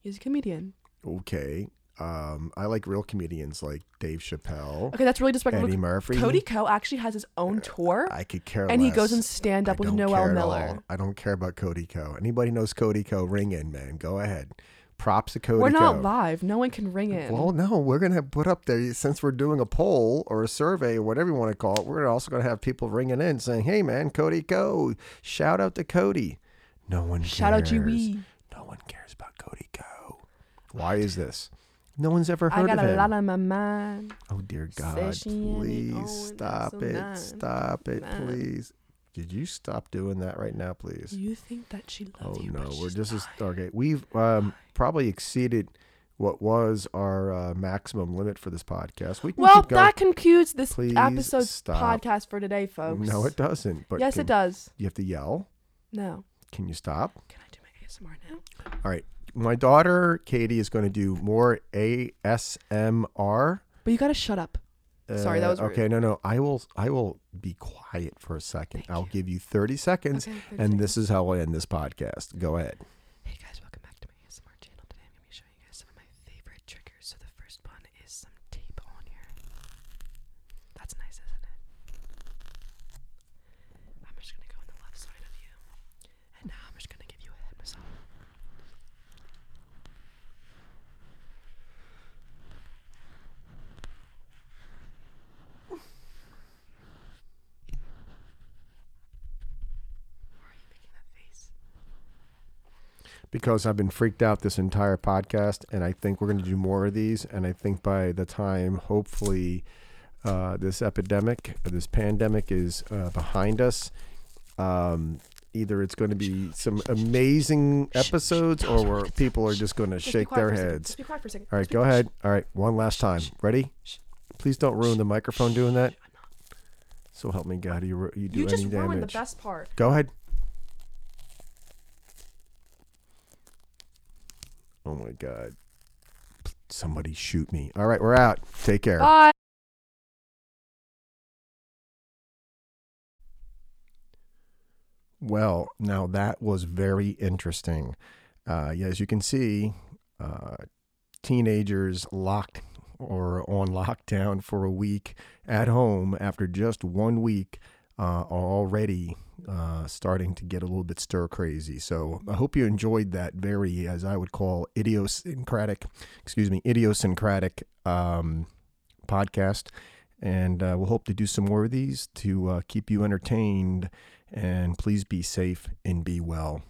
Speaker 2: He's a comedian.
Speaker 1: Okay. Um, I like real comedians like Dave Chappelle,
Speaker 2: Okay, that's really disrespectful.
Speaker 1: Oh. Eddie Murphy. Uh,
Speaker 2: Cody Co. actually has his own tour,
Speaker 1: I could care
Speaker 2: and he goes and
Speaker 1: less.
Speaker 2: stand up
Speaker 1: I
Speaker 2: with
Speaker 1: don't
Speaker 2: Noel
Speaker 1: care at
Speaker 2: Miller.
Speaker 1: all. I don't care about Cody Co. Anybody knows Cody Co? Ring in, man. Go ahead. Props to Cody
Speaker 2: We're
Speaker 1: Co.
Speaker 2: not live. No one can ring in.
Speaker 1: Well, no, we're going to put up there since we're doing a poll or a survey or whatever you want to call it. We're also going to have people ringing in saying, "Hey, man, Cody, go! Shout out to Cody." No one
Speaker 2: Shout out E.
Speaker 1: cares.
Speaker 2: G-Wee.
Speaker 1: No one cares about Cody. Go. Why is this? No one's ever
Speaker 2: I
Speaker 1: heard
Speaker 2: got
Speaker 1: of
Speaker 2: a
Speaker 1: him.
Speaker 2: lot on my mind.
Speaker 1: oh dear
Speaker 2: Say
Speaker 1: God!
Speaker 2: she ain't own,
Speaker 1: Please
Speaker 2: that's
Speaker 1: stop
Speaker 2: so
Speaker 1: it!
Speaker 2: nine.
Speaker 1: Stop it!
Speaker 2: Nine.
Speaker 1: Please. Did you stop doing that right now, please?
Speaker 2: You think that she
Speaker 1: Oh
Speaker 2: loves you?
Speaker 1: no,
Speaker 2: but
Speaker 1: we're
Speaker 2: she's
Speaker 1: just as,
Speaker 2: not.
Speaker 1: okay. We've um, probably exceeded what was our uh, maximum limit for this podcast. We can
Speaker 2: Well,
Speaker 1: keep going.
Speaker 2: that concludes this
Speaker 1: Please
Speaker 2: episode's
Speaker 1: stop.
Speaker 2: podcast for today, folks.
Speaker 1: no, it doesn't. But
Speaker 2: yes,
Speaker 1: can-
Speaker 2: it does.
Speaker 1: You have to yell.
Speaker 2: No.
Speaker 1: Can you stop?
Speaker 2: Can I do my ASMR now?
Speaker 1: All right. My daughter Katie is going to do more ASMR.
Speaker 2: But you gotta shut up. Sorry, that
Speaker 1: Uh,
Speaker 2: was rude.
Speaker 1: okay. No, no. I will. I will be quiet for a second.
Speaker 2: Thank
Speaker 1: I'll
Speaker 2: you.
Speaker 1: give you thirty seconds,
Speaker 2: Okay, 30
Speaker 1: and this is how I end this podcast. Go ahead.
Speaker 2: Hey guys, welcome back to my ASMR channel. Today I'm going to be showing you guys some of my favorite triggers. So the first one is some tape on here. That's nice, isn't it? I'm just going to go on the left side of you. And now I'm just going to give you a head massage. Why are you making that face?
Speaker 1: because I've been freaked out this entire podcast, and I think we're going to do more of these. And I think by the time, hopefully, uh, this epidemic, this pandemic is uh, behind us, um, either it's going to be some amazing episodes, or where people are just going to
Speaker 2: Just be
Speaker 1: shake
Speaker 2: quiet
Speaker 1: their
Speaker 2: for a second.
Speaker 1: heads.
Speaker 2: Just be quiet for a second.
Speaker 1: All right,
Speaker 2: Just be
Speaker 1: go
Speaker 2: quiet.
Speaker 1: ahead. All right, one last time. Ready? Please don't ruin the microphone doing that.
Speaker 2: I'm not.
Speaker 1: So help me God, you ru- you do
Speaker 2: You
Speaker 1: any
Speaker 2: just
Speaker 1: damage.
Speaker 2: ruined the best part.
Speaker 1: Go ahead. Oh my God. Somebody shoot me. All right, we're out. Take care.
Speaker 2: Bye.
Speaker 1: Well, now that was very interesting. Uh, yeah, as you can see, uh, teenagers locked or on lockdown for a week at home after just one week uh, are already uh, starting to get a little bit stir crazy. So I hope you enjoyed that very, as I would call, idiosyncratic, excuse me, idiosyncratic um, podcast. And uh, we'll hope to do some more of these to uh, keep you entertained. And please be safe and be well.